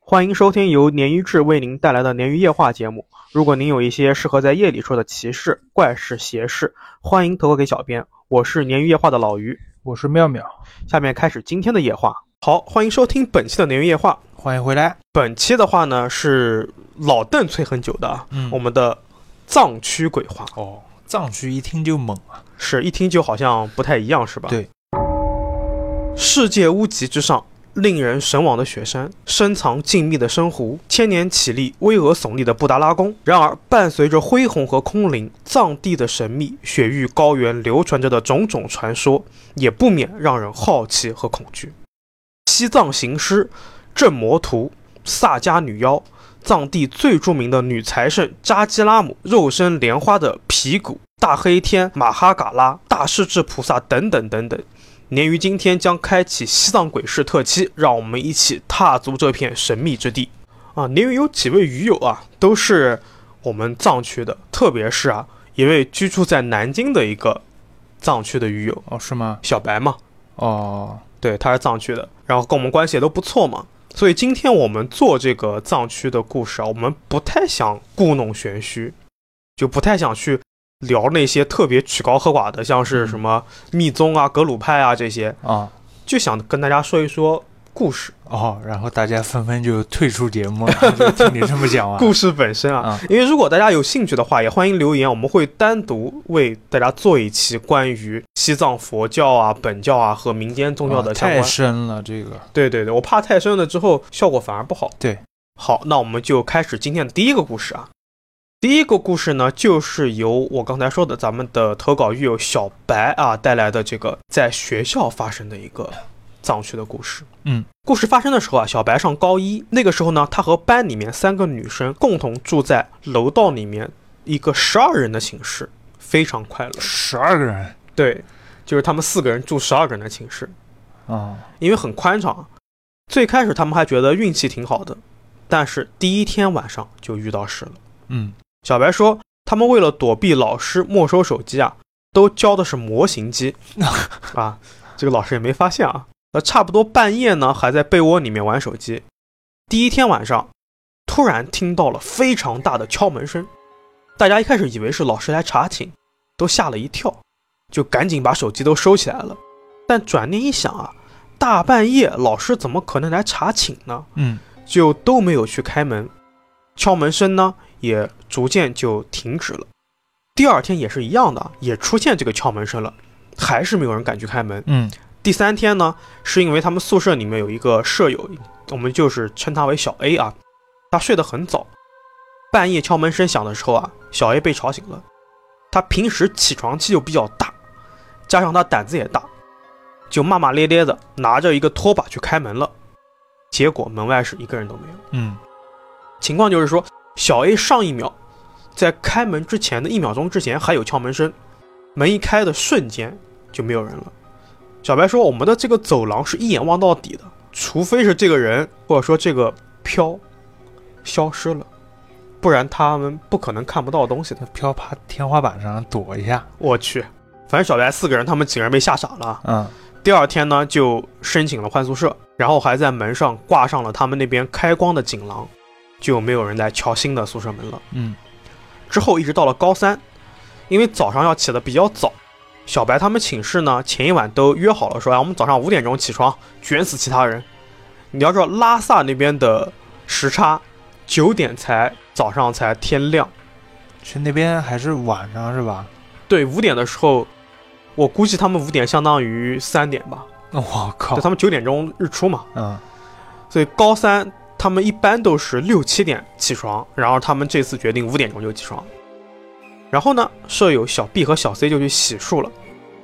欢迎收听由鲶鱼志为您带来的鲶鱼夜话节目。如果您有一些适合在夜里说的奇事、怪事、邪事，欢迎投稿给小编。我是鲶鱼夜话的老鱼，我是妙妙，下面开始今天的夜话。好，欢迎收听本期的鲶鱼夜话。欢迎回来。本期的话呢是老邓催很久的，嗯我们的藏区鬼话，哦，藏区一听就猛啊。是一听就好像不太一样，是吧？对。世界屋脊之上，令人神往的雪山，深藏静谧的深湖，千年绮丽、巍峨耸立的布达拉宫。然而，伴随着恢宏和空灵，藏地的神秘、雪域高原流传着的种种传说，也不免让人好奇和恐惧。西藏行尸、镇魔图、萨迦女妖。藏地最著名的女财神扎基拉姆、肉身莲花的皮骨、大黑天、马哈嘎拉、大势至菩萨等等等等。鲶鱼今天将开启西藏鬼市特辑，让我们一起踏足这片神秘之地。啊，鲶鱼有几位鱼友啊，都是我们藏区的，特别是啊一位居住在南京的一个藏区的鱼友哦，是吗？小白嘛，哦，对，他是藏区的，然后跟我们关系也都不错嘛。所以今天我们做这个藏区的故事啊，我们不太想故弄玄虚，就不太想去聊那些特别曲高和寡的，像是什么密宗啊、格鲁派啊这些，啊，就想跟大家说一说故事，哦，然后大家纷纷就退出节目了， 就听你这么讲完。故事本身啊。啊，因为如果大家有兴趣的话，也欢迎留言，我们会单独为大家做一期关于西藏佛教啊、本教啊和民间宗教的啊相太关深了，这个对对对，我怕太深了之后效果反而不好。对，好，那我们就开始今天的第一个故事啊。第一个故事呢，就是由我刚才说的咱们的投稿狱友小白啊带来的这个在学校发生的一个藏区的故事。嗯，故事发生的时候啊，小白上高一，那个时候呢，他和班里面三个女生共同住在楼道里面一个十二人的寝室，非常快乐。十二个人对，就是他们四个人住十二个人的寝室。啊，因为很宽敞。最开始他们还觉得运气挺好的，但是第一天晚上就遇到事了。嗯，小白说，他们为了躲避老师没收手机啊，都教的是模型机啊，这个老师也没发现啊。那差不多半夜呢，还在被窝里面玩手机。第一天晚上，突然听到了非常大的敲门声，大家一开始以为是老师来查寝，都吓了一跳，就赶紧把手机都收起来了。但转念一想啊，大半夜老师怎么可能来查寝呢？ 嗯，就都没有去开门，敲门声呢也逐渐就停止了。第二天也是一样的，也出现这个敲门声了，还是没有人敢去开门。嗯，第三天呢，是因为他们宿舍里面有一个舍友，我们就是称他为小 A 啊，他睡得很早，半夜敲门声响的时候啊，小 A 被吵醒了。他平时起床气就比较大，加上他胆子也大，就骂骂咧咧的拿着一个拖把去开门了。结果门外是一个人都没有。嗯，情况就是说，小 A 上一秒在开门之前的一秒钟之前还有敲门声，门一开的瞬间就没有人了。小白说：“我们的这个走廊是一眼望到底的，除非是这个人或者说这个飘消失了，不然他们不可能看不到东西的。那飘趴天花板上躲一下。”我去，反正小白四个人，他们几个人被吓傻了啊。嗯，第二天呢，就申请了换宿舍，然后还在门上挂上了他们那边开光的锦囊，就没有人来敲新的宿舍门了。嗯，之后一直到了高三，因为早上要起得比较早，小白他们寝室呢前一晚都约好了说，哎，我们早上五点钟起床，卷死其他人。你要知道拉萨那边的时差，九点才早上才天亮。是那边还是晚上是吧？对，五点的时候，我估计他们五点相当于三点吧，我靠就，他们九点钟日出嘛，嗯，所以高三他们一般都是六七点起床，然后他们这次决定五点钟就起床。然后呢，舍友小 B 和小 C 就去洗漱了。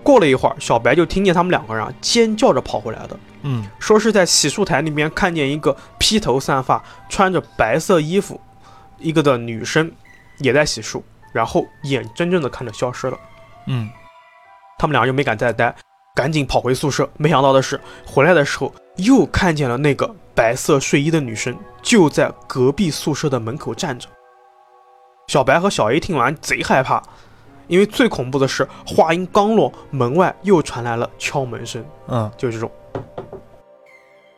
过了一会儿，小白就听见他们两个人啊尖叫着跑回来的，嗯，说是在洗漱台那边看见一个披头散发、穿着白色衣服一个的女生也在洗漱，然后眼睁睁的看着消失了。嗯，他们俩就没敢再待，赶紧跑回宿舍。没想到的是，回来的时候又看见了那个白色睡衣的女生，就在隔壁宿舍的门口站着。小白和小 A 听完贼害怕，因为最恐怖的是，话音刚落，门外又传来了敲门声，嗯，就是这种。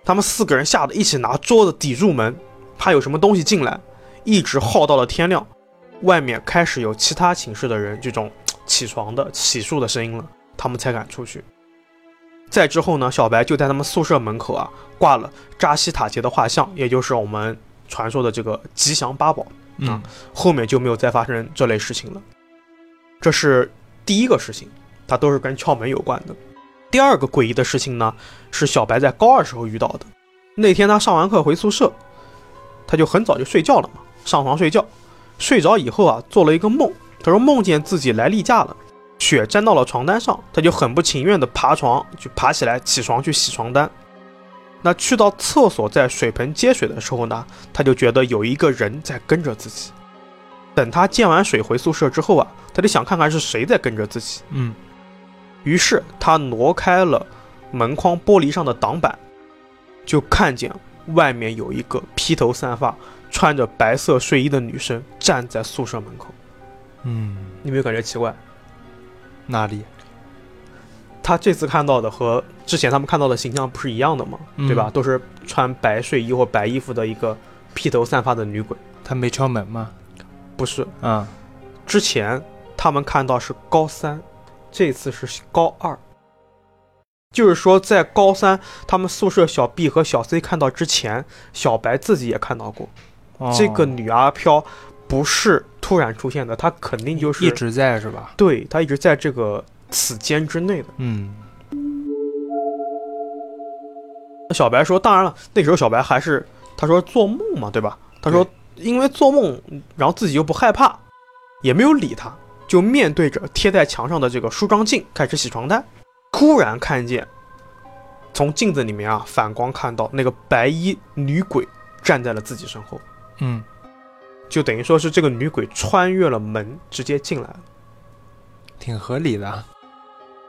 他们四个人吓得一起拿桌子抵住门，怕有什么东西进来，一直耗到了天亮，外面开始有其他寝室的人这种嘖起床的洗漱的声音了，他们才敢出去。再之后呢，小白就在他们宿舍门口啊挂了扎西塔杰的画像，也就是我们传说的这个吉祥八宝。嗯，后面就没有再发生这类事情了。这是第一个事情，它都是跟窍门有关的。第二个诡异的事情呢，是小白在高二时候遇到的。那天他上完课回宿舍，他就很早就睡觉了嘛，上床睡觉。睡着以后啊，做了一个梦，他说梦见自己来例假了，血沾到了床单上，他就很不情愿的爬床，就爬起来起床去洗床单。那去到厕所，在水盆接水的时候呢，他就觉得有一个人在跟着自己。等他接完水回宿舍之后啊，他就想看看是谁在跟着自己。嗯，于是他挪开了门框玻璃上的挡板，就看见外面有一个披头散发、穿着白色睡衣的女生站在宿舍门口。嗯，你有没有感觉奇怪？哪里？他这次看到的和之前他们看到的形象不是一样的吗？嗯对吧？都是穿白睡衣或白衣服的一个披头散发的女鬼，他没敲门吗？不是啊，之前他们看到是高三，这次是高二。就是说，在高三他们宿舍小 B 和小 C 看到之前，小白自己也看到过、哦这个女阿飘，不是突然出现的，她肯定就是一直在是吧？对，她一直在这个此间之内的。嗯，小白说，当然了，那时候小白还是他说做梦嘛，对吧？他说因为做梦，然后自己又不害怕，也没有理他，就面对着贴在墙上的这个梳妆镜开始洗床单。突然看见从镜子里面啊反光看到那个白衣女鬼站在了自己身后，嗯，就等于说是这个女鬼穿越了门直接进来了。挺合理的。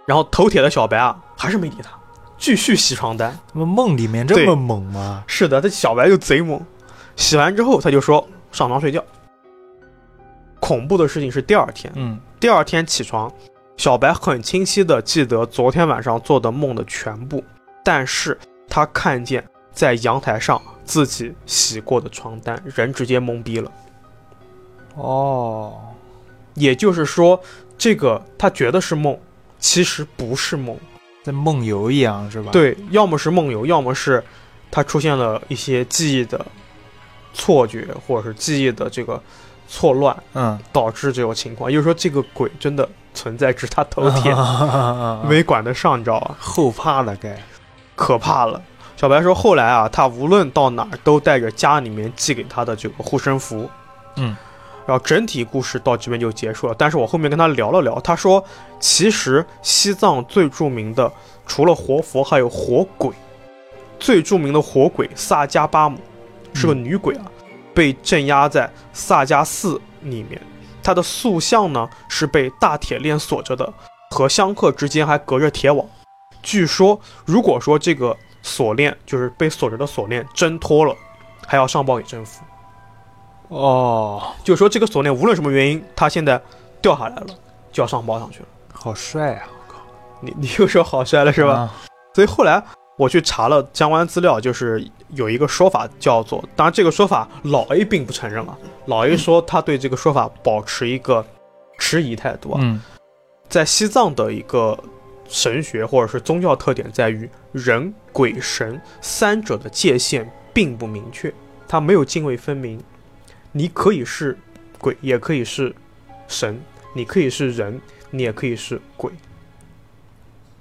然后头铁的小白啊还是没理他，继续洗床单。他们梦里面这对么猛吗？是的，这小白就贼猛。洗完之后，他就说上床睡觉。恐怖的事情是第二天，嗯第二天起床，小白很清晰的记得昨天晚上做的梦的全部，但是他看见在阳台上自己洗过的床单，人直接懵逼了。哦，也就是说，这个他觉得是梦，其实不是梦，在梦游一样是吧？，对，要么是梦游，要么是他出现了一些记忆的错觉，或者是记忆的这个错乱，嗯，导致这种情况。也就是说，这个鬼真的存在，只是他头啊 铁没管得上，你知道吧？后怕了该。可怕了。小白说，后来啊，他无论到哪儿都带着家里面寄给他的这个护身符。嗯，然后整体故事到这边就结束了。但是我后面跟他聊了聊，他说，其实西藏最著名的除了活佛，还有活鬼。最著名的活鬼萨迦巴姆是个嗯女鬼啊，被镇压在萨迦寺里面。她的塑像呢是被大铁链锁着的，和香客之间还隔着铁网。据说，如果说这个锁链就是被锁着的锁链挣脱了，还要上报给政府。哦，就是说，这个锁链无论什么原因，它现在掉下来了，就要上报上去了。好帅啊！我靠，你 你又说好摔了是吧？啊？所以后来我去查了相关资料，就是有一个说法叫做，当然这个说法老 A 并不承认啊，老 A 说他对这个说法保持一个迟疑态度啊。嗯在西藏的一个神学或者是宗教特点在于，人、鬼、神三者的界限并不明确，它没有泾渭分明。你可以是鬼，也可以是神；你可以是人，你也可以是鬼。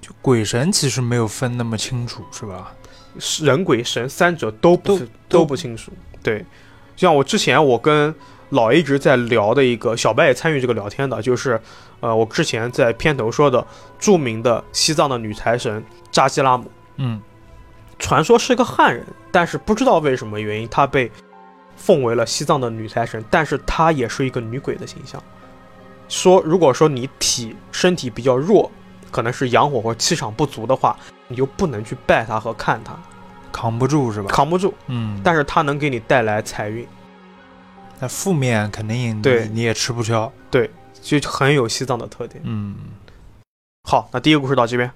就鬼神其实没有分那么清楚是吧？是人鬼神三者都不都是都都不清楚。对，像我之前我跟老 A 一直在聊的一个小白也参与这个聊天的，就是呃我之前在片头说的著名的西藏的女财神扎西拉姆，嗯，传说是个汉人，但是不知道为什么原因她被奉为了西藏的女财神，但是她也是一个女鬼的形象。说如果说你体身体比较弱，可能是阳火或气场不足的话，你就不能去拜她和看她，扛不住是吧？扛不住。嗯，但是它能给你带来财运，那负面肯定你对你也吃不消。就很有西藏的特点。嗯，好，那第一个故事到这边，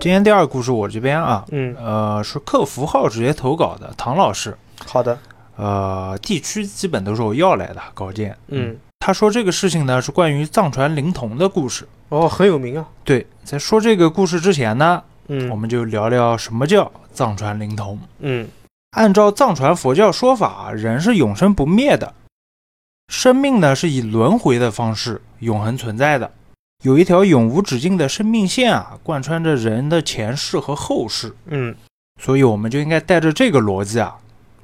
今天第二个故事我这边啊，嗯，呃，是客服号直接投稿的唐老师。好的，呃，地区基本都是我要来的高渐。嗯，他说这个事情呢是关于藏传灵童的故事。哦，很有名啊，对，在说这个故事之前呢，我嗯们就聊聊什么叫藏传灵童。嗯按照藏传佛教说法，人是永生不灭的，生命呢是以轮回的方式永恒存在的，有一条永无止境的生命线啊，贯穿着人的前世和后世。嗯所以我们就应该带着这个逻辑啊，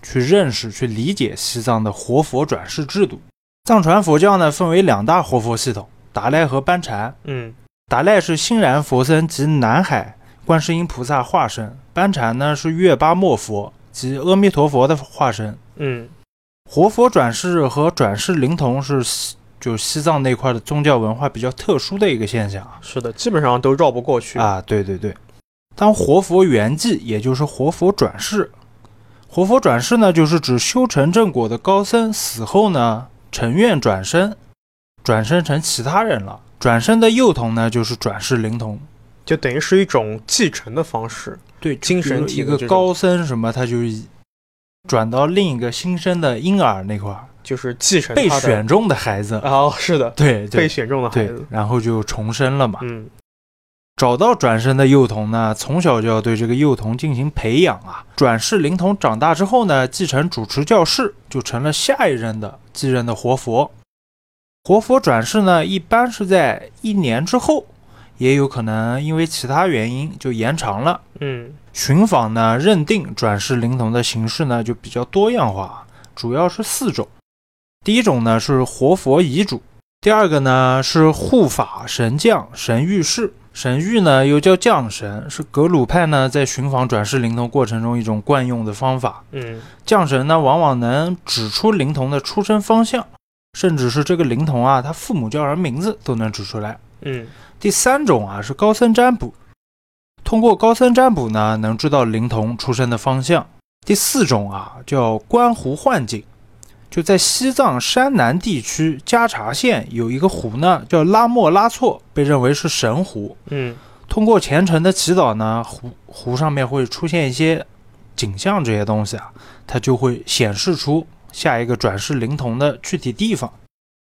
去认识、去理解西藏的活佛转世制度。藏传佛教呢，分为两大活佛系统：达赖和班禅。嗯达赖是欣然佛僧及南海观世音菩萨化身，班禅呢是月巴莫佛及阿弥陀佛的化身。嗯活佛转世和转世灵童是西就西藏那块的宗教文化比较特殊的一个现象啊。是的，基本上都绕不过去。啊，对对对。当活佛圆寂，也就是活佛转世，活佛转世呢，就是指修成正果的高僧死后呢，成愿转生，转生成其他人了。转生的幼童呢，就是转世灵童。就等于是一种继承的方式。对，精神体一的个这种高僧什么，他就以转到另一个新生的婴儿那块儿，就是继承被他的选中的孩子，哦，是的，对被对选中的孩对子，，然后就重生了嘛。嗯找到转生的幼童呢，从小就要对这个幼童进行培养啊。转世灵童长大之后呢，继承主持教室，就成了下一任的继任的活佛。活佛转世呢，一般是在一年之后，也有可能因为其他原因就延长了。嗯寻访呢，认定转世灵童的形式呢就比较多样化，主要是四种。第一种呢是活佛遗嘱，第二个呢是护法神将神谕士，神谕呢又叫降神，是格鲁派呢在寻访转世灵童过程中一种惯用的方法。嗯降神呢往往能指出灵童的出生方向，甚至是这个灵童啊他父母叫什么名字都能指出来。嗯第三种啊是高僧占卜，通过高僧占卜呢，能知道灵童出生的方向。第四种啊叫观湖幻境，就在西藏山南地区加查县有一个湖呢，叫拉莫拉措，被认为是神湖。嗯通过虔诚的祈祷呢，湖湖上面会出现一些景象这些东西啊，它就会显示出下一个转世灵童的具体地方。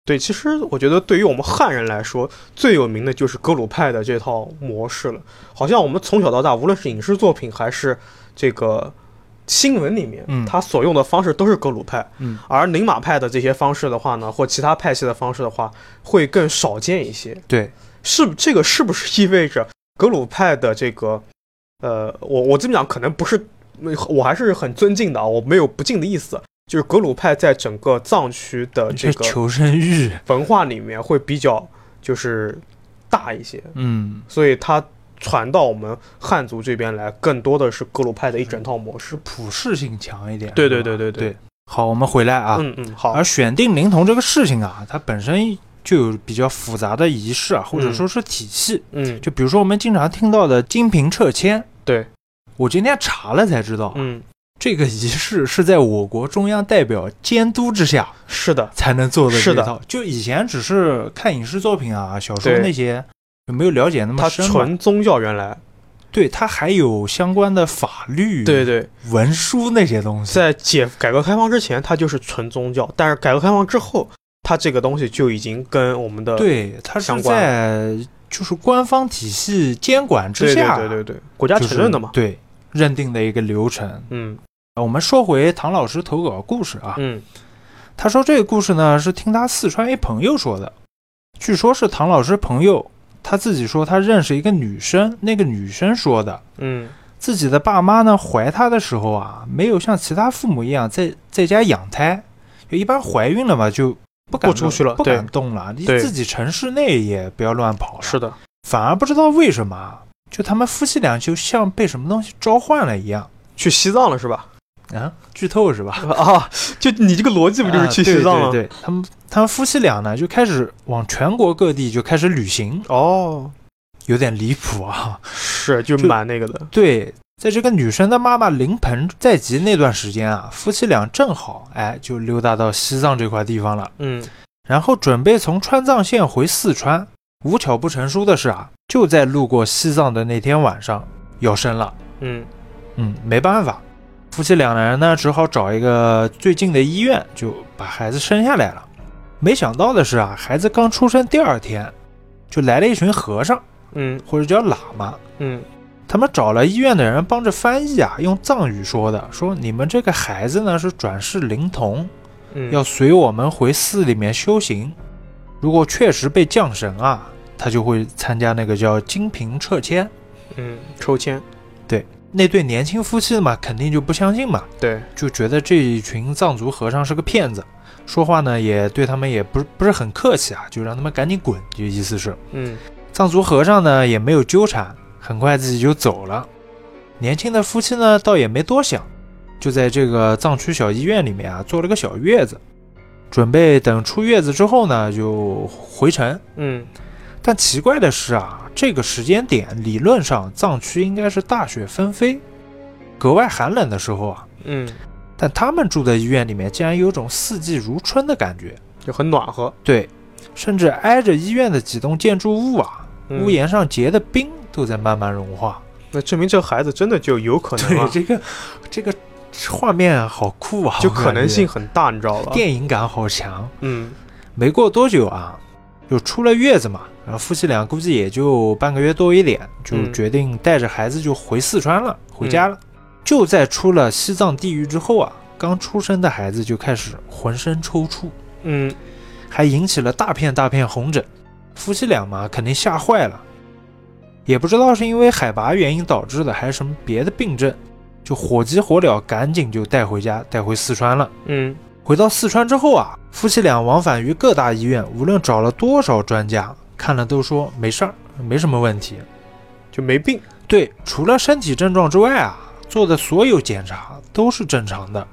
对，其实我觉得对于我们汉人来说，最有名的就是格鲁派的这套模式了。好像我们从小到大，无论是影视作品还是这个新闻里面，嗯他所用的方式都是格鲁派。嗯，而宁玛派的这些方式的话呢，或其他派系的方式的话，会更少见一些。对，是这个是不是意味着格鲁派的这个，呃，我我这么讲可能不是，呃我还是很尊敬的啊，我没有不敬的意思。就是格鲁派在整个藏区的这这个求生欲，文化里面会比较就是大一些，嗯。所以它传到我们汉族这边来，更多的是格鲁派的一整套模式。普适性强一点。对对是吧对对对对。好，我们回来啊。嗯嗯，好而，选定灵童这个事情啊，它本身就有比较复杂的仪式啊，或者说是体系。嗯就比如说我们经常听到的金瓶撤迁。对。我今天查了才知道，嗯，这个仪式是在我国中央代表监督之下是的，才能做的是这的一套。就以前只是看影视作品啊、小说对那些，就没有了解那么它深嘛。纯宗教原来，对，它还有相关的法律、对对，文书那些东西。在解改革开放之前，它就是纯宗教，但是改革开放之后，它这个东西就已经跟我们的对，它是呃相关在就是官方体系监管之对对下，对对对国家就是承认的嘛。对，认定的一个流程。呃嗯我们说回唐老师投稿故事啊，嗯他说这个故事呢是听他四川一朋友说的，据说是唐老师朋友他自己说他认识一个女生，那个女生说的。嗯自己的爸妈呢怀她的时候啊，没有像其他父母一样在在家养胎，就一般怀孕了嘛就不敢不出去了不对敢动了，你对自己城市内也不要乱跑了。是的，反而不知道为什么啊，就他们夫妻俩就像被什么东西召唤了一样去西藏了是吧？ 啊！剧透是吧？啊，就你这个逻辑不就是去啊对西藏了？对对对他们他们夫妻俩呢就开始往全国各地就开始旅行，哦，有点离谱啊！ 是，就就蛮那个的。对，在这个女生的妈妈临盆在即那段时间啊，夫妻俩正好哎就溜达到西藏这块地方了，嗯然后准备从川藏线回四川。无巧不成书的是啊，就在路过西藏的那天晚上要生了。嗯嗯，没办法，夫妻两人呢，只好找一个最近的医院，就把孩子生下来了。没想到的是啊，孩子刚出生第二天，就来了一群和尚，嗯或者叫喇嘛，嗯他们找了医院的人帮着翻译啊，用藏语说的，说你们这个孩子呢是转世灵童，嗯，要随我们回寺里面修行。如果确实被降神啊，他就会参加那个叫金瓶撤迁。嗯抽签，那对年轻夫妻嘛，肯定就不相信嘛，对，就觉得这一群藏族和尚是个骗子，说话呢也对他们也不是不是很客气啊，就让他们赶紧滚，就意思是。嗯藏族和尚呢也没有纠缠，很快自己就走了。年轻的夫妻呢倒也没多想，就在这个藏区小医院里面啊做了个小月子，准备等出月子之后呢就回城。嗯但奇怪的是啊，这个时间点理论上藏区应该是大雪纷飞，格外寒冷的时候啊，嗯，但他们住的医院里面竟然有种四季如春的感觉。就很暖和，对，甚至挨着医院的几栋建筑物啊，嗯屋。檐上结的冰都在慢慢融化。那证明这孩子真的就有可能啊， 这个这个画面好酷啊，就我感可能觉性啊很大，你知道吧？电影感好强。嗯没过多久啊，就出了月子嘛，然后夫妻俩估计也就半个月多一点，就嗯决定带着孩子就回四川了，回家了。就在出了西藏地狱之后啊，刚出生的孩子就开始浑身抽搐，嗯还引起了大片大片红疹。夫妻俩嘛，肯定吓坏了，也不知道是因为海拔原因导致的，还是什么别的病症，就火急火燎，赶紧就带回家，带回四川了。嗯回到四川之后啊，夫妻俩往返于各大医院，无论找了多少专家，看了都说没事儿，没什么问题。就没病。对，除了身体症状之外啊，做的所有检查都是正常的，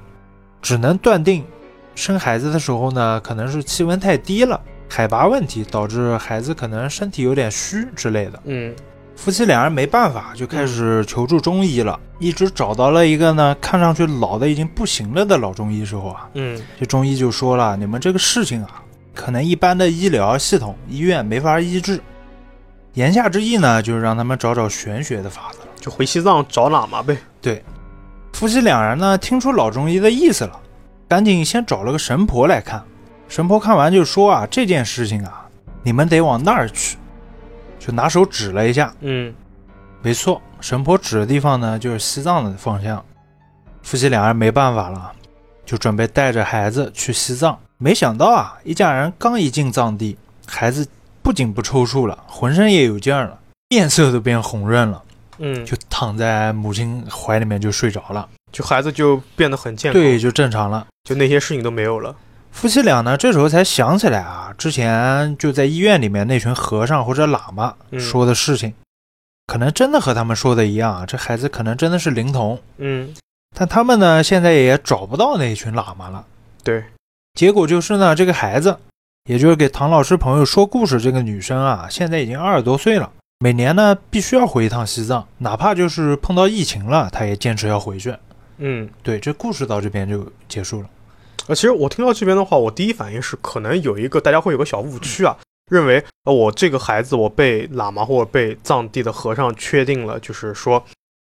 只能断定生孩子的时候呢，可能是气温太低了，海拔问题导致孩子可能身体有点虚之类的。嗯夫妻两人没办法，就开始求助中医了，一直找到了一个呢，看上去老的已经不行了的老中医时候啊，嗯这中医就说了，你们这个事情啊，可能一般的医疗系统医院没法医治。言下之意呢，就是让他们找找玄学的法子了。就回西藏找喇嘛呗。夫妻两人呢，听出老中医的意思了，赶紧先找了个神婆来看。神婆看完就说啊，这件事情啊，你们得往那儿去，就拿手指了一下。嗯没错，神婆指的地方呢，就是西藏的方向。夫妻两人没办法了，就准备带着孩子去西藏。没想到啊，一家人刚一进藏地，孩子不仅不抽搐了，浑身也有劲儿了，面色都变红润了，嗯，就就躺在母亲怀里面就睡着了。就孩子就变得很健康，对，就正常了。就那些事情都没有了。夫妻俩呢，这时候才想起来啊，之前就在医院里面那群和尚或者喇嘛嗯说的事情，可能真的和他们说的一样啊，这孩子可能真的是灵童。嗯但他们呢，现在也找不到那群喇嘛了。对，结果就是呢，这个孩子，也就是给唐老师朋友说故事这个女生啊，现在已经二十多岁了，每年呢必须要回一趟西藏，哪怕就是碰到疫情了，她也坚持要回去。嗯。对，这故事到这边就结束了。呃，其实我听到这边的话，我第一反应是可能有一个大家会有个小误区啊，认为呃我这个孩子我被喇嘛或者被藏地的和尚确定了，就是说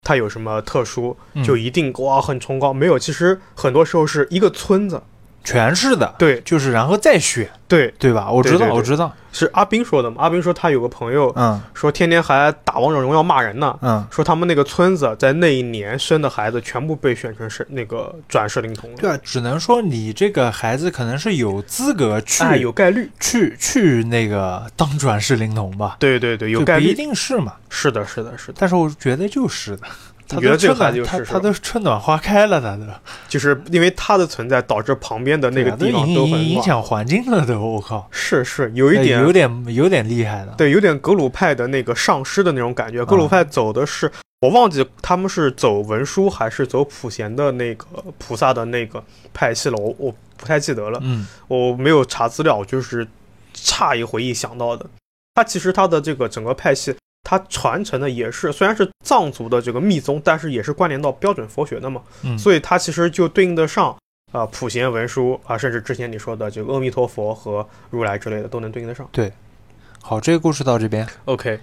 他有什么特殊，嗯就一定哇很崇高。没有，其实很多时候是一个村子，全是的，对就是然后再选，对，对吧？我知道，对对对我知道，是阿斌说的嘛。阿斌说他有个朋友嗯说天天还打王者荣耀骂人呢。嗯，说他们那个村子在那一年生的孩子全部被选成是那个转世灵童了，对啊，只能说你这个孩子可能是有资格去、哎，有概率，去去那个当转世灵童吧，对对对，有就概不一率，定是嘛。是的，是的，是的，但是我觉得就 是的，他你觉都得这个春孩暖，子就他是是他吧都春暖花开了，他都就是因为他的存在导致旁边的那个地对啊方都都影很影影乱，响环境了都，我靠，是是有一哎点有点有点厉害的，对，有点格鲁派的那个丧尸的那种啊感觉。格鲁派走的是，我忘记他们是走文殊还是走普贤的那个菩萨的那个派系了，我我不太记得了，嗯，我没有查资料，就是诧异回忆想到的。他其实他的这个整个派系，他传承的也是虽然是藏族的这个密宗，但是也是关联到标准佛学的嘛，嗯所以它其实就对应得上。啊、普贤文殊啊、甚至之前你说的这个阿弥陀佛和如来之类的，都能对应得上。好，这个故事到这边， OK。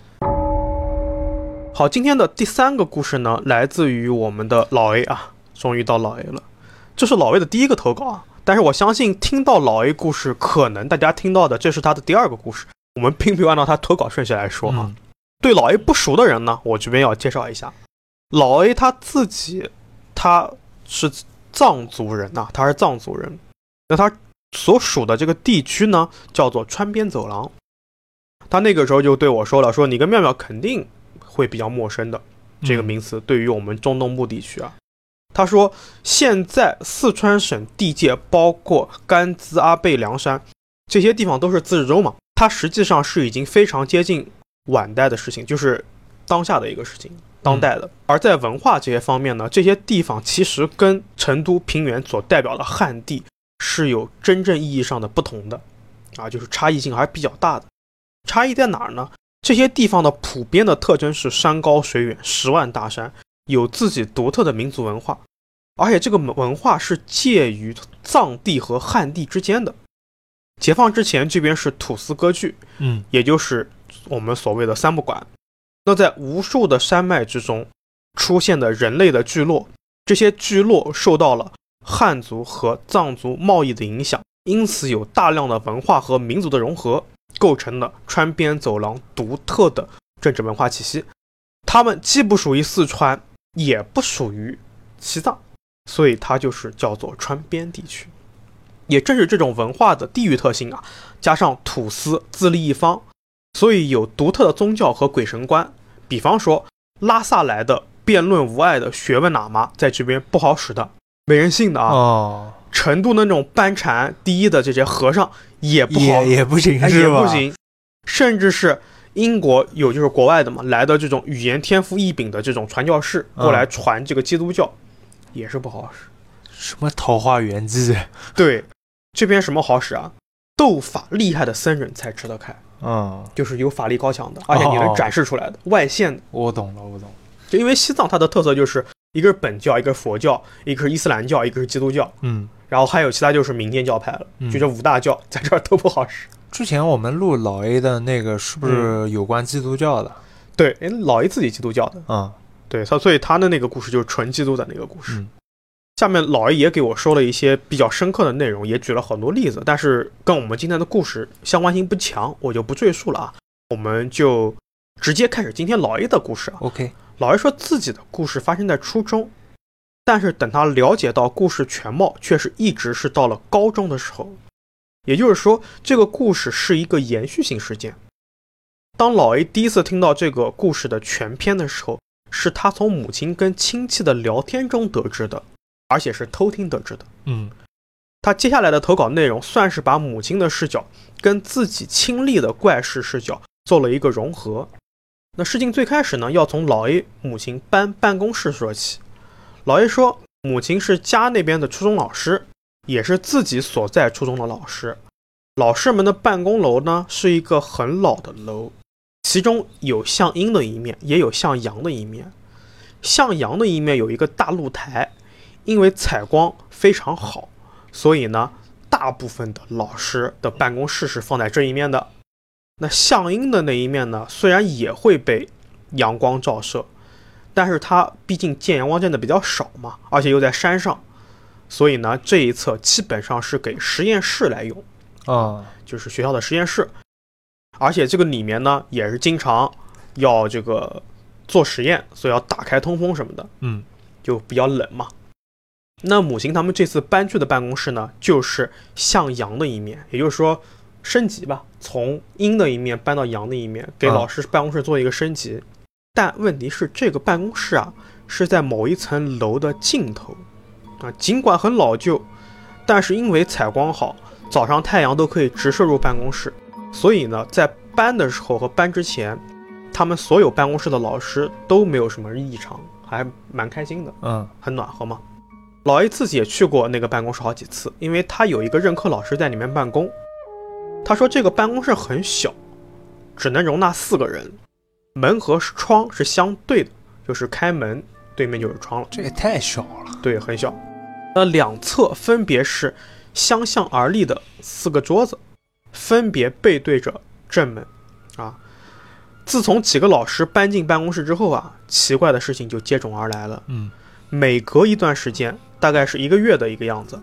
好，今天的第三个故事呢，来自于我们的老 A 啊，终于到老 A 了，这是老 A 的第一个投稿啊。但是我相信听到老 A 故事，可能大家听到的这是他的第二个故事。我们并没有按照他投稿顺序来说啊。嗯对老 A 不熟的人呢，我这边要介绍一下，老 A 他自己他是藏族人呐、他是藏族人。那他所属的这个地区呢，叫做川边走廊。他那个时候就对我说了，说你跟妙妙肯定会比较陌生的这个嗯名词，对于我们中东部地区啊。他说，现在四川省地界包括甘孜、阿贝凉山这些地方都是自治州嘛，它实际上是已经非常接近晚代的事情，就是当下的一个事情，当代的。而在文化这些方面呢，这些地方其实跟成都平原所代表的汉地是有真正意义上的不同的，啊，就是差异性还是比较大的。差异在哪儿呢？这些地方的普遍的特征是山高水远，十万大山，有自己独特的民族文化，而且这个文化是介于藏地和汉地之间的。解放之前，这边是土司割据，嗯也就是我们所谓的三不管。那在无数的山脉之中出现的人类的聚落，这些聚落受到了汉族和藏族贸易的影响，因此有大量的文化和民族的融合，构成了川边走廊独特的政治文化气息。它们既不属于四川，也不属于西藏，所以它就是叫做川边地区。也正是这种文化的地域特性啊，加上土司自立一方，所以有独特的宗教和鬼神观。比方说，拉萨来的辩论无碍的学问喇嘛，在这边不好使的，没人信的啊。哦，成都那种班禅第一的这些和尚也不好也也不行哎是也吧？不行，甚至是英国有就是国外的嘛，来的这种语言天赋异禀的这种传教士过嗯来传这个基督教，也是不好使。什么桃花源记对，这边什么好使啊？斗法厉害的僧人才吃得开，嗯，就是有法力高哦强的，而且你能展示出来的、外现的。我懂了，我懂了。就因为西藏它的特色就是一个是本教，一个是佛教，一个是伊斯兰教，一个是基督教，嗯，然后还有其他就是民间教派了，嗯就这五大教在这儿都不好使。之前我们录老 A 的那个是不是有关基督教的？对，哎老一自己基督教的。嗯对他，所以他的那个故事就是纯基督的那个故事。嗯下面老爷也给我说了一些比较深刻的内容，也举了很多例子，但是跟我们今天的故事相关性不强，我就不赘述了啊。我们就直接开始今天老爷的故事啊。 ，OK，老爷说自己的故事发生在初中，但是等他了解到故事全貌，却是一直是到了高中的时候。也就是说，这个故事是一个延续性事件。当老 A 第一次听到这个故事的全篇的时候，是他从母亲跟亲戚的聊天中得知的，而且是偷听得知的。嗯他接下来的投稿内容算是把母亲的视角跟自己亲历的怪事视角做了一个融合。那事情最开始呢，要从老 A 母亲搬办公室说起。老 A 说，母亲是家那边的初中老师，也是自己所在初中的老师。老师们的办公楼呢，是一个很老的楼，其中有向阴的一面，也有向阳的一面。向阳的一面有一个大露台，因为采光非常好，所以呢，大部分的老师的办公室是放在这一面的。那向阴的那一面呢，虽然也会被阳光照射，但是它毕竟见阳光见的比较少嘛，而且又在山上，所以呢，这一侧基本上是给实验室来用，啊就是学校的实验室。而且这个里面呢，也是经常要这个做实验，所以要打开通风什么的。嗯就比较冷嘛。那母亲他们这次搬去的办公室呢，就是向阳的一面，也就是说升级吧，从阴的一面搬到阳的一面，给啊老师办公室做一个升级。但问题是，这个办公室啊是在某一层楼的尽头啊，尽管很老旧，但是因为采光好，早上太阳都可以直射入办公室，所以呢，在搬的时候和搬之前，他们所有办公室的老师都没有什么异常，还蛮开心的。嗯很暖和嘛。老 A 自己也去过那个办公室好几次，因为他有一个任课老师在里面办公。他说这个办公室很小，只能容纳四个人，门和窗是相对的，就是开门对面就是窗了，这也太小了。对，很小。那两侧分别是相向而立的四个桌子，分别背对着正门。啊，自从几个老师搬进办公室之后啊，奇怪的事情就接踵而来了。嗯每隔一段时间，大概是一个月的一个样子，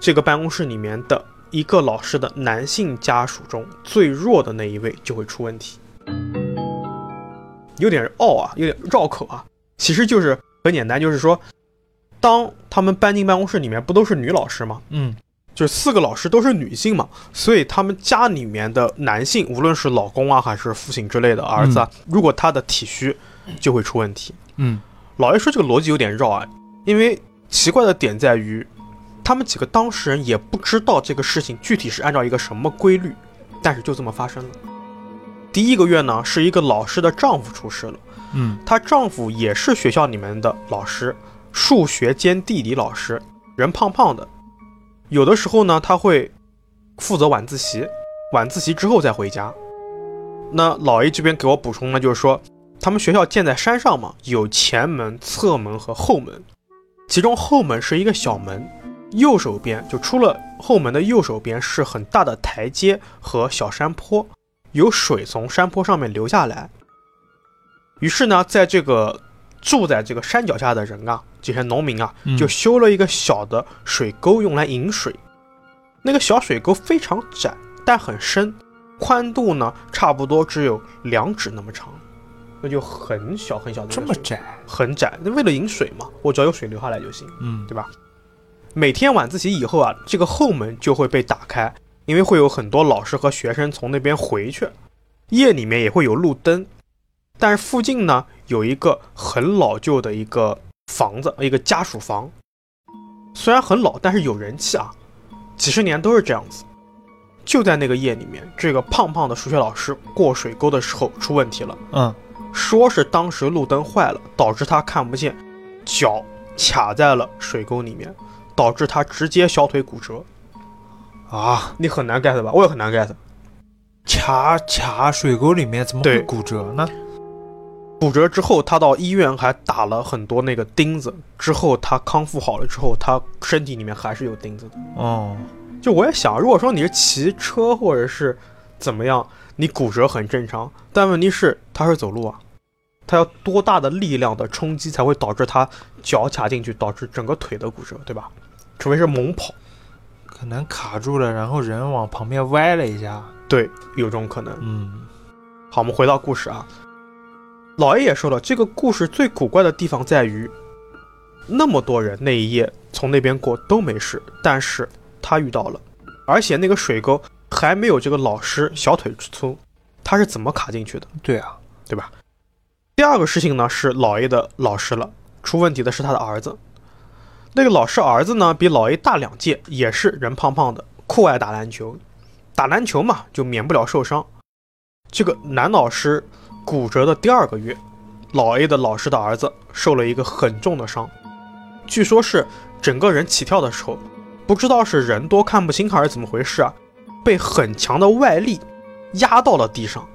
这个办公室里面的一个老师的男性家属中最弱的那一位就会出问题。有点拗啊，有点绕口啊，其实就是很简单，就是说，当他们搬进办公室里面，不都是女老师吗？嗯，就是四个老师都是女性嘛，所以他们家里面的男性，无论是老公啊，还是父亲之类的儿子啊，如果他的体虚，就会出问题。嗯，老爷说这个逻辑有点绕啊，因为奇怪的点在于，他们几个当事人也不知道这个事情具体是按照一个什么规律，但是就这么发生了。第一个月呢，是一个老师的丈夫出事了，嗯，她丈夫也是学校里面的老师，数学兼地理老师，人胖胖的，有的时候呢，他会负责晚自习，晚自习之后再回家。那老 A 这边给我补充呢，就是说他们学校建在山上嘛，有前门、侧门和后门，其中后门是一个小门，右手边就出了后门的右手边是很大的台阶和小山坡，有水从山坡上面流下来。于是呢，在这个住在这个山脚下的人啊，这些农民啊，嗯就修了一个小的水沟用来引水。那个小水沟非常窄，但很深，宽度呢差不多只有两指那么长，那就很小很小的一个这水么窄，很窄。那为了引水嘛，我只要有水流下来就行。嗯每天晚自习以后啊，这个后门就会被打开，因为会有很多老师和学生从那边回去。夜里面也会有路灯，但是附近呢有一个很老旧的一个房子，一个家属房，虽然很老，但是有人气啊，几十年都是这样子。就在那个夜里面，这个胖胖的数学老师过水沟的时候出问题了。嗯，说是当时路灯坏了，导致他看不见，脚卡在了水沟里面，导致他直接小腿骨折。啊，你很难 get 吧？我也很难 get。卡卡水沟里面怎么会对骨折呢？骨折之后，他到医院还打了很多那个钉子。之后他康复好了之后，他身体里面还是有钉子的。哦，就我也想，如果说你是骑车或者是怎么样，你骨折很正常，但问题是他是走路啊，他要多大的力量的冲击才会导致他脚卡进去，导致整个腿的骨折，对吧？除非是猛跑，可能卡住了，然后人往旁边歪了一下。对，有这种可能。嗯好，我们回到故事啊。老爷也说了，这个故事最古怪的地方在于，那么多人那一夜从那边过都没事，但是他遇到了，而且那个水沟还没有这个老师小腿粗，他是怎么卡进去的？对啊，第二个事情呢是老 A 的老师了，出问题的是他的儿子。那个老师儿子呢比老 A 大两届，也是人胖胖的，酷爱打篮球。打篮球嘛，就免不了受伤。这个男老师骨折的第二个月，老 A 的老师的儿子受了一个很重的伤，据说是整个人起跳的时候，不知道是人多看不清还是怎么回事啊，被很强的外力压到了地上。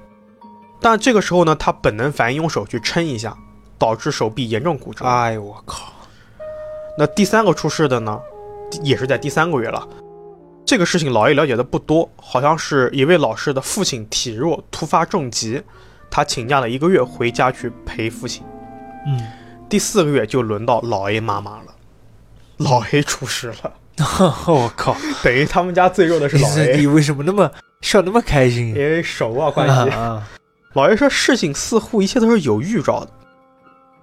但这个时候呢，他本能反应用手去撑一下，导致手臂严重骨折。哎呦我靠，那第三个出事的呢，也是在第三个月了。这个事情老爷了解的不多，好像是一位老师的父亲体弱突发重疾，他请假了一个月回家去陪父亲。嗯，第四个月就轮到老 A 妈妈了，老 A 出事了， 我 靠，等于他们家最弱的是 你老 A，你为什么那么笑那么开心 因呀？为手啊关系。啊，啊老爷说事情似乎一切都是有预兆的。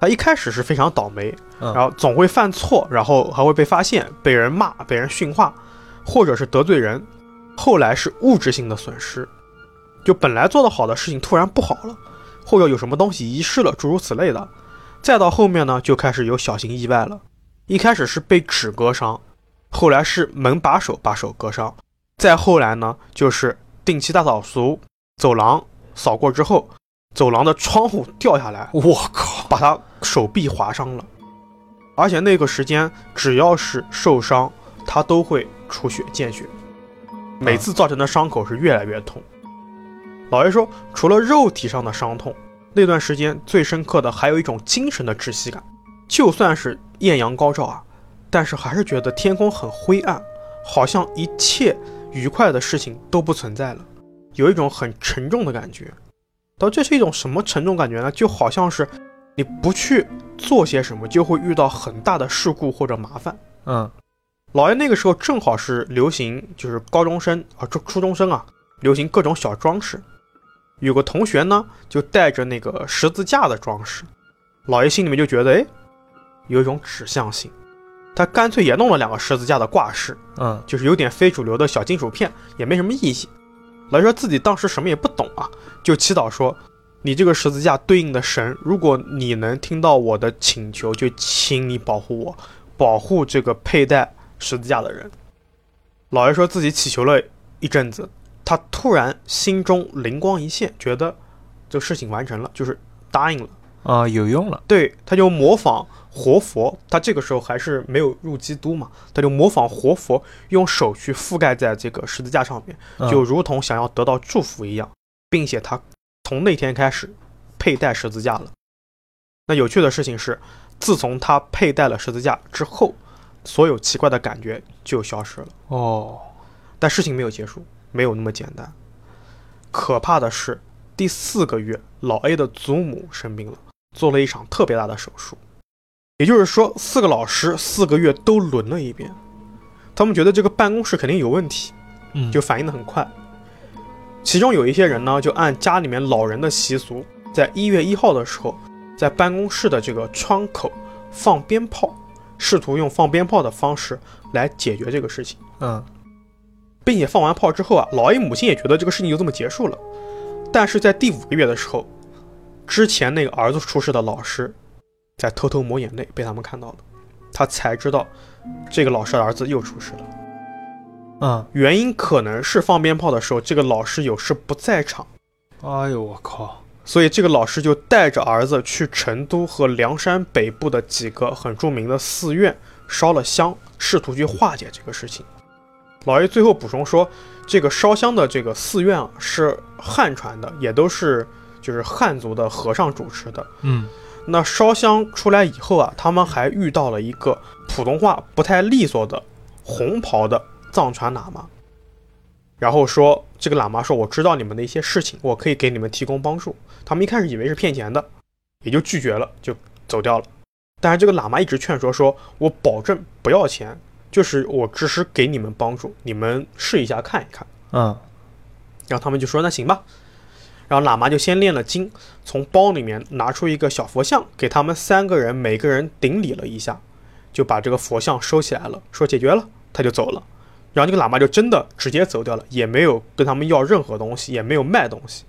他一开始是非常倒霉，嗯然后总会犯错，然后还会被发现、被人骂、被人训话，或者是得罪人。后来是物质性的损失，就本来做得好的事情突然不好了，或者有什么东西遗失了，诸如此类的。再到后面呢，就开始有小型意外了。一开始是被纸割伤，后来是门把手把手割伤，再后来呢，就是定期大扫除，走廊扫过之后，走廊的窗户掉下来， 我靠，把他手臂划伤了。而且那个时间，只要是受伤，他都会出血见血，每次造成的伤口是越来越痛。老爷说，除了肉体上的伤痛，那段时间最深刻的还有一种精神的窒息感。就算是艳阳高照啊，但是还是觉得天空很灰暗，好像一切愉快的事情都不存在了，有一种很沉重的感觉。到这是一种什么沉重感觉呢？就好像是你不去做些什么就会遇到很大的事故或者麻烦。嗯老爷那个时候正好是流行，就是高中生啊、初初中生啊，流行各种小装饰。有个同学呢，就带着那个十字架的装饰，老爷心里面就觉得，哎，有一种指向性。他干脆也弄了两个十字架的挂饰，嗯就是有点非主流的小金属片，也没什么意义。老爷说自己当时什么也不懂啊，就祈祷说：“你这个十字架对应的神，如果你能听到我的请求，就请你保护我，保护这个佩戴十字架的人。”老爷说自己祈求了一阵子，他突然心中灵光一现，觉得这事情完成了，就是答应了。啊，有用了。对，他就模仿活佛，他这个时候还是没有入基督嘛，他就模仿活佛，用手去覆盖在这个十字架上面，嗯就如同想要得到祝福一样，并且他从那天开始佩戴十字架了。那有趣的事情是，自从他佩戴了十字架之后，所有奇怪的感觉就消失了。哦，但事情没有结束，没有那么简单。可怕的是，第四个月，老 A 的祖母生病了，做了一场特别大的手术。也就是说，四个老师四个月都轮了一遍，他们觉得这个办公室肯定有问题，嗯就反应的很快。其中有一些人呢，就按家里面老人的习俗，在一月一号的时候，在办公室的这个窗口放鞭炮，试图用放鞭炮的方式来解决这个事情。嗯并且放完炮之后啊，老 A 母亲也觉得这个事情就这么结束了。但是在第五个月的时候，之前那个儿子出事的老师，在偷偷抹眼泪，被他们看到了，他才知道这个老师的儿子又出事了。嗯，原因可能是放鞭炮的时候，这个老师有事不在场，哎呦我靠，所以这个老师就带着儿子去成都和凉山北部的几个很著名的寺院烧了香，试图去化解这个事情。老爷最后补充说，这个烧香的这个寺院啊是汉传的，也都是就是汉族的和尚主持的。嗯那烧香出来以后啊，他们还遇到了一个普通话不太利索的红袍的藏传喇嘛，然后说这个喇嘛说我知道你们的一些事情，我可以给你们提供帮助。他们一开始以为是骗钱的，也就拒绝了，就走掉了。但是这个喇嘛一直劝说说，我保证不要钱，就是我只是给你们帮助，你们试一下看一看。嗯然后他们就说那行吧。然后喇嘛就先念了经，从包里面拿出一个小佛像，给他们三个人每个人顶礼了一下，就把这个佛像收起来了，说解决了，他就走了。然后这个喇嘛就真的直接走掉了，也没有跟他们要任何东西，也没有卖东西。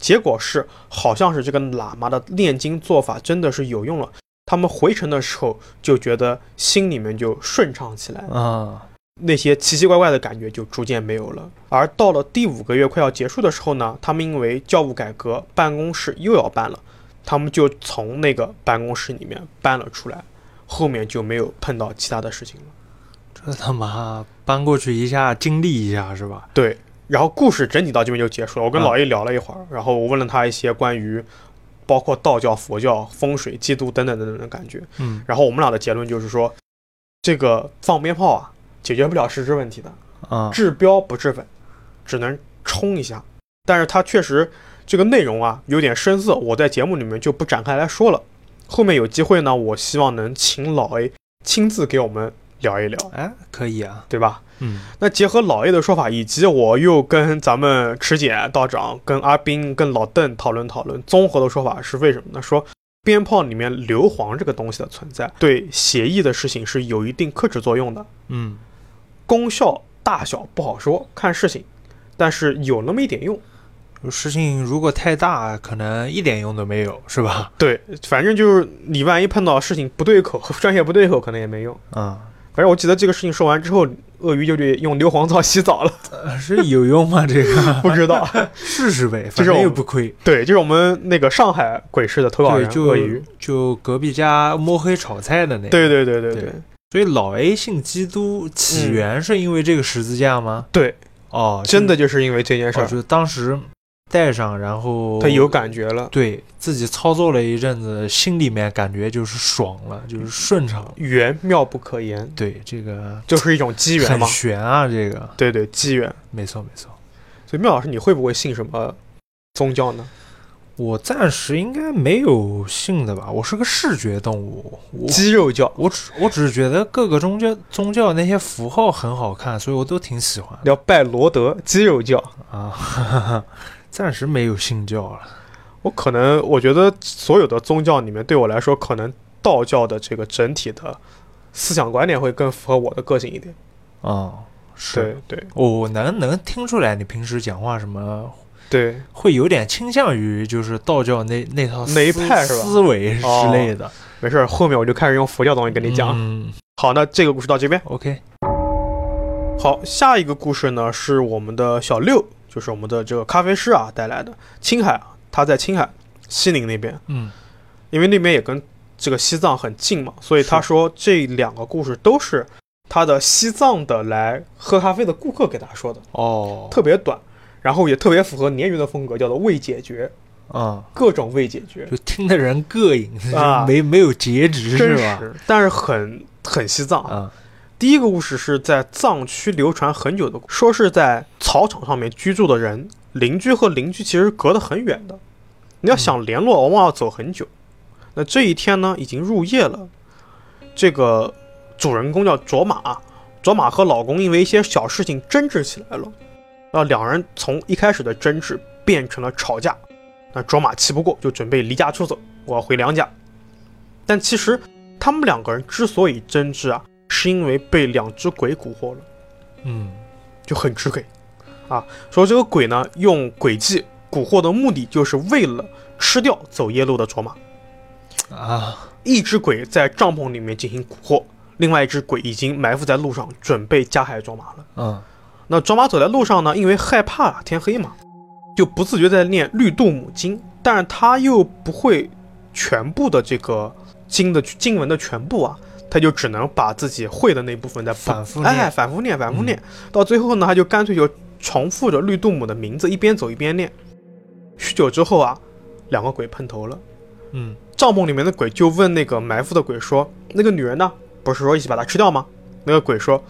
结果是，好像是这个喇嘛的念经做法真的是有用了，他们回程的时候就觉得心里面就顺畅起来了。嗯那些奇奇怪怪的感觉就逐渐没有了。而到了第五个月快要结束的时候呢，他们因为教务改革，办公室又要搬了，他们就从那个办公室里面搬了出来，后面就没有碰到其他的事情了。这他妈搬过去一下，经历一下是吧？对，然后故事整体到这边就结束了。我跟嗯老叶聊了一会儿，然后我问了他一些关于包括道教、佛教、风水、基督等等等等的感觉。嗯然后我们俩的结论就是说，这个放鞭炮啊，解决不了实质问题的。啊治标不治本，只能冲一下。但是它确实这个内容啊有点深涩，我在节目里面就不展开来说了。后面有机会呢，我希望能请老 A 亲自给我们聊一聊，哎，可以啊，对吧？嗯那结合老 A 的说法，以及我又跟咱们池姐、道长、跟阿斌、跟老邓讨论讨论，综合的说法是为什么呢？说鞭炮里面硫磺这个东西的存在，对协议的事情是有一定克制作用的。嗯，功效大小不好说，看事情，但是有那么一点用。事情如果太大，可能一点用都没有是吧？对，反正就是你万一碰到事情不对口，专业不对口，可能也没用。啊、反正我记得这个事情说完之后，鳄鱼就得用硫磺皂洗澡 了，呃是有用吗？这个不知道。试试呗，这反是正我又不亏。对，就是我们那个上海鬼市的投稿对，人鳄就鱼。就隔壁家摸黑炒菜的那个。对对对对对对所以老 A 信基督起源是因为这个十字架吗？对，哦，就是真的就是因为这件事哦，儿，就是当时戴上，然后他有感觉了。对自己操作了一阵子，心里面感觉就是爽了，就是顺畅了。缘妙不可言，对，这个就是一种机缘很嘛。悬啊，这个对对，机缘。没错没错。所以妙老师，你会不会信什么宗教呢？我暂时应该没有信的吧，我是个视觉动物，我肌肉教。我只我只是觉得各个宗教宗教那些符号很好看，所以我都挺喜欢要拜罗德，肌肉教。啊。 哈哈哈，暂时没有信教了，我可能我觉得所有的宗教里面，对我来说，可能道教的这个整体的思想观点会更符合我的个性一点。嗯，是。对对我我能能听出来，你平时讲话什么对，会有点倾向于就是道教那那套那一思派是吧思维之类的。没事儿，后面我就开始用佛教东西跟你讲。嗯好，那这个故事到这边。 ，OK，好，下一个故事呢是我们的小六，就是我们的这个咖啡师啊带来的。青海啊，他在青海西宁那边，嗯，因为那边也跟这个西藏很近嘛，所以他是说这两个故事都是他的西藏的来喝咖啡的顾客给他说的，哦，特别短，然后也特别符合鲶鱼的风格，叫做未解决，嗯，各种未解决，就听的人膈应，啊没没有节制是真吧？实，但是很很西藏。啊嗯第一个故事是在藏区流传很久的，说是在草场上面居住的人，邻居和邻居其实隔得很远的，你要想联络，往往要走很久。那这一天呢，已经入夜了，这个主人公叫卓玛，卓玛和老公因为一些小事情争执起来了，那两人从一开始的争执变成了吵架。那卓玛气不过，就准备离家出走，我要回娘家。但其实他们两个人之所以争执啊，是因为被两只鬼蛊惑了，嗯，就很吃亏啊。说这个鬼呢，用诡计蛊惑的目的，就是为了吃掉走夜路的卓玛。啊，一只鬼在帐篷里面进行蛊惑，另外一只鬼已经埋伏在路上，准备加害卓玛了。嗯那卓玛走在路上呢，因为害怕天黑嘛，就不自觉在念绿度母经，但是他又不会全部的这个经的经文的全部啊，他就只能把自己会的那部分再反复念哎，反复念，反复念，到最后呢，他就干脆就重复着绿度母的名字，一边走一边念。许久之后啊，两个鬼碰头了。嗯帐篷里面的鬼就问那个埋伏的鬼说：“那个女人呢？不是说一起把她吃掉吗？”那个鬼说：“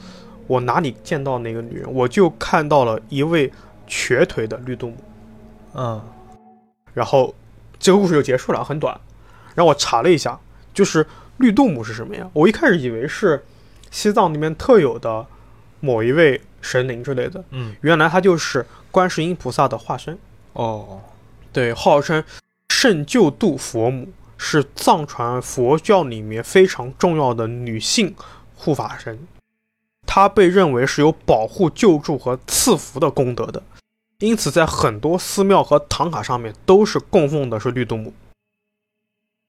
我哪里见到那个女人？我就看到了一位瘸腿的绿度母。嗯，”然后这个故事就结束了，很短。然后我查了一下，就是绿度母是什么呀？我一开始以为是西藏那边特有的某一位神灵之类的，嗯，原来它就是观世音菩萨的化身。哦，对，号称圣救度佛母，是藏传佛教里面非常重要的女性护法神。她被认为是有保护、救助和赐福的功德的，因此在很多寺庙和唐卡上面都是供奉的是绿度母，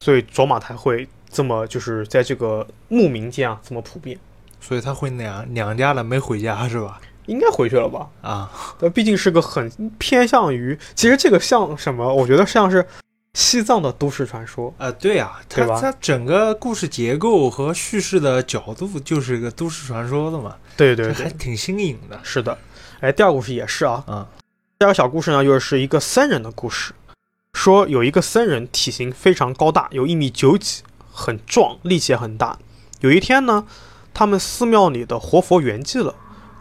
所以卓玛才会这么就是在这个牧民间啊这么普遍。所以他回娘娘家了，没回家是吧？应该回去了吧？啊，那毕竟是个很偏向于，其实这个像什么？我觉得像是西藏的都市传说。啊，对啊，他对吧他整个故事结构和叙事的角度就是一个都市传说的嘛，对对这还对，挺新颖的。是的。哎，第二个故事也是啊。啊，第二个小故事呢，又是一个僧人的故事，说有一个僧人体型非常高大，有一米九几，很壮，力气也很大。有一天呢，他们寺庙里的活佛圆寂了，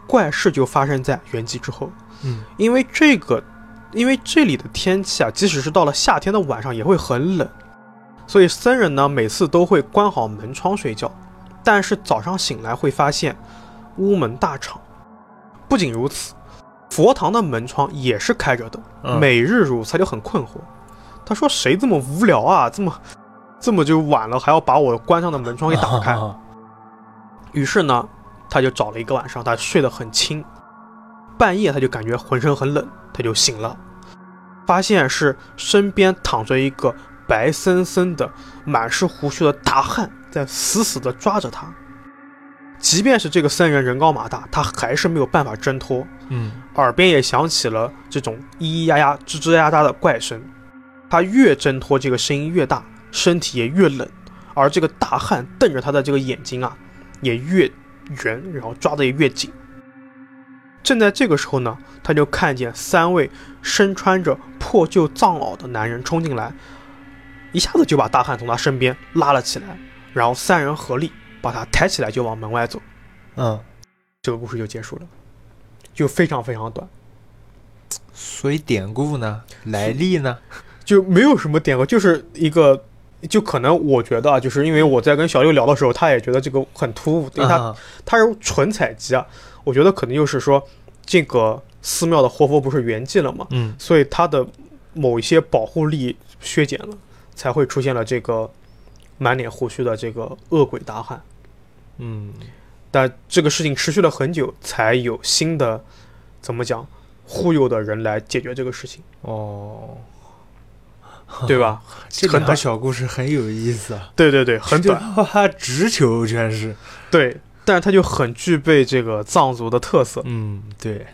怪事就发生在圆寂之后。嗯因为这个，因为这里的天气啊，即使是到了夏天的晚上也会很冷，所以僧人呢每次都会关好门窗睡觉，但是早上醒来会发现屋门大敞。不仅如此，佛堂的门窗也是开着的，嗯每日如此，他就很困惑。他说：“谁这么无聊啊？这么这么就晚了，还要把我关上的门窗给打开？”啊于是呢，他就找了一个晚上，他睡得很轻，半夜他就感觉浑身很冷，他就醒了，发现是身边躺着一个白森森的、满是胡须的大汉在死死地抓着他。即便是这个僧人人高马大，他还是没有办法挣脱，嗯耳边也响起了这种咿咿呀呀、吱吱呀呀的怪声。他越挣脱，这个声音越大，身体也越冷，而这个大汉瞪着他的这个眼睛啊，也越圆，然后抓得也越紧。正在这个时候呢，他就看见三位身穿着破旧藏袄的男人冲进来，一下子就把大汉从他身边拉了起来，然后三人合力把他抬起来就往门外走。嗯，这个故事就结束了，就非常非常短。所以典故呢，来历呢，就没有什么典型，就是一个，就可能我觉得啊，就是因为我在跟小六聊的时候，他也觉得这个很突兀，因为他、啊他是纯采集啊，我觉得可能就是说这个寺庙的活佛不是圆寂了嘛，嗯所以他的某一些保护力削减了，才会出现了这个满脸胡须的这个恶鬼达汉。嗯但这个事情持续了很久，才有新的怎么讲忽悠的人来解决这个事情，哦，对吧？啊这很两个短小故事很有意思啊，对对对，很短，短，直球全是。对，但是它就很具备这个藏族的特色，嗯，对，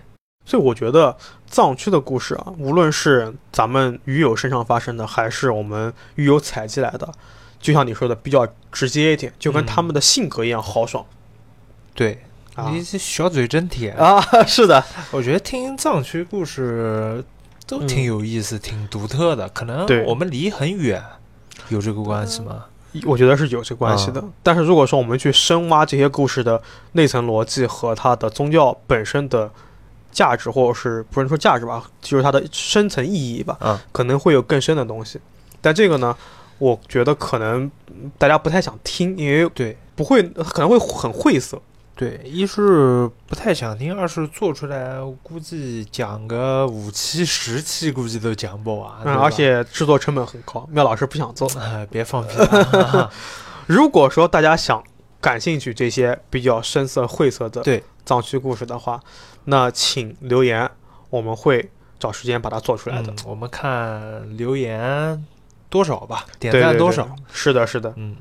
所以我觉得藏区的故事啊，无论是咱们鱼友身上发生的，还是我们鱼友采集来的，就像你说的比较直接一点，就跟他们的性格一样豪爽、对，你这小嘴真甜。啊啊，是的，我觉得听藏区故事都挺有意思、挺独特的。可能对我们离很远，有这个关系吗？我觉得是有这关嗯系的。但是如果说我们去深挖这些故事的内层逻辑和它的宗教本身的价值，或者是不能说价值吧，就是它的深层意义吧，嗯可能会有更深的东西。但这个呢，我觉得可能嗯大家不太想听，因为对不会，可能会很晦涩。对，一是不太想听，二是做出来估计讲个五期、十期，估计都讲不完。啊对嗯，吧而且制作成本很高，妙老师不想做。哎，别放 屁啊了！如果说大家想感兴趣这些比较深色、晦涩的对藏区故事的话，那请留言，我们会找时间把它做出来的。嗯我们看留言多少吧，点对赞对多对少。是的，是的。嗯，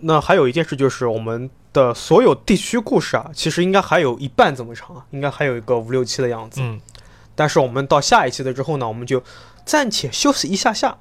那还有一件事就是，我们的所有地区故事啊，其实应该还有一半这么长啊，应该还有一个五六期的样子。嗯，但是我们到下一期的之后呢，我们就暂且休息一下下，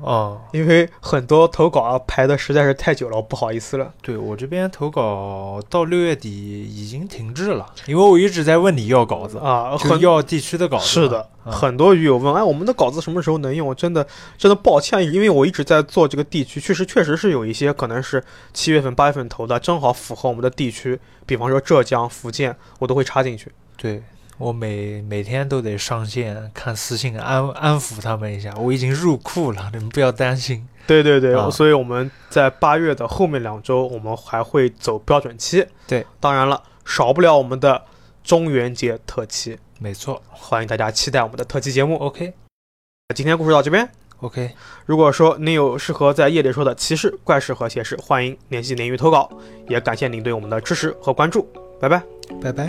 哦，因为很多投稿啊排的实在是太久了，不好意思了。对我这边投稿到六月底已经停滞了，因为我一直在问你要稿子，啊，嗯就很要地区的稿子。是，的，嗯很多鱼友问，哎，我们的稿子什么时候能用？真的，真的抱歉，因为我一直在做这个地区，确实确实是有一些可能是七月份、八月份投的，正好符合我们的地区，比方说浙江、福建，我都会插进去。对我每每天都得上线看私信安安抚他们一下，我已经入库了，你们不要担心。对对对，啊所以我们在八月的后面两周，我们还会走标准期。对，当然了，少不了我们的中元节特期，没错欢迎大家期待我们的特期节目。 ，OK 今天故事到这边， OK，如果说您有适合在夜里说的奇事、怪事和邪事，欢迎联系鲶鱼投稿，也感谢您对我们的支持和关注，拜拜。拜拜。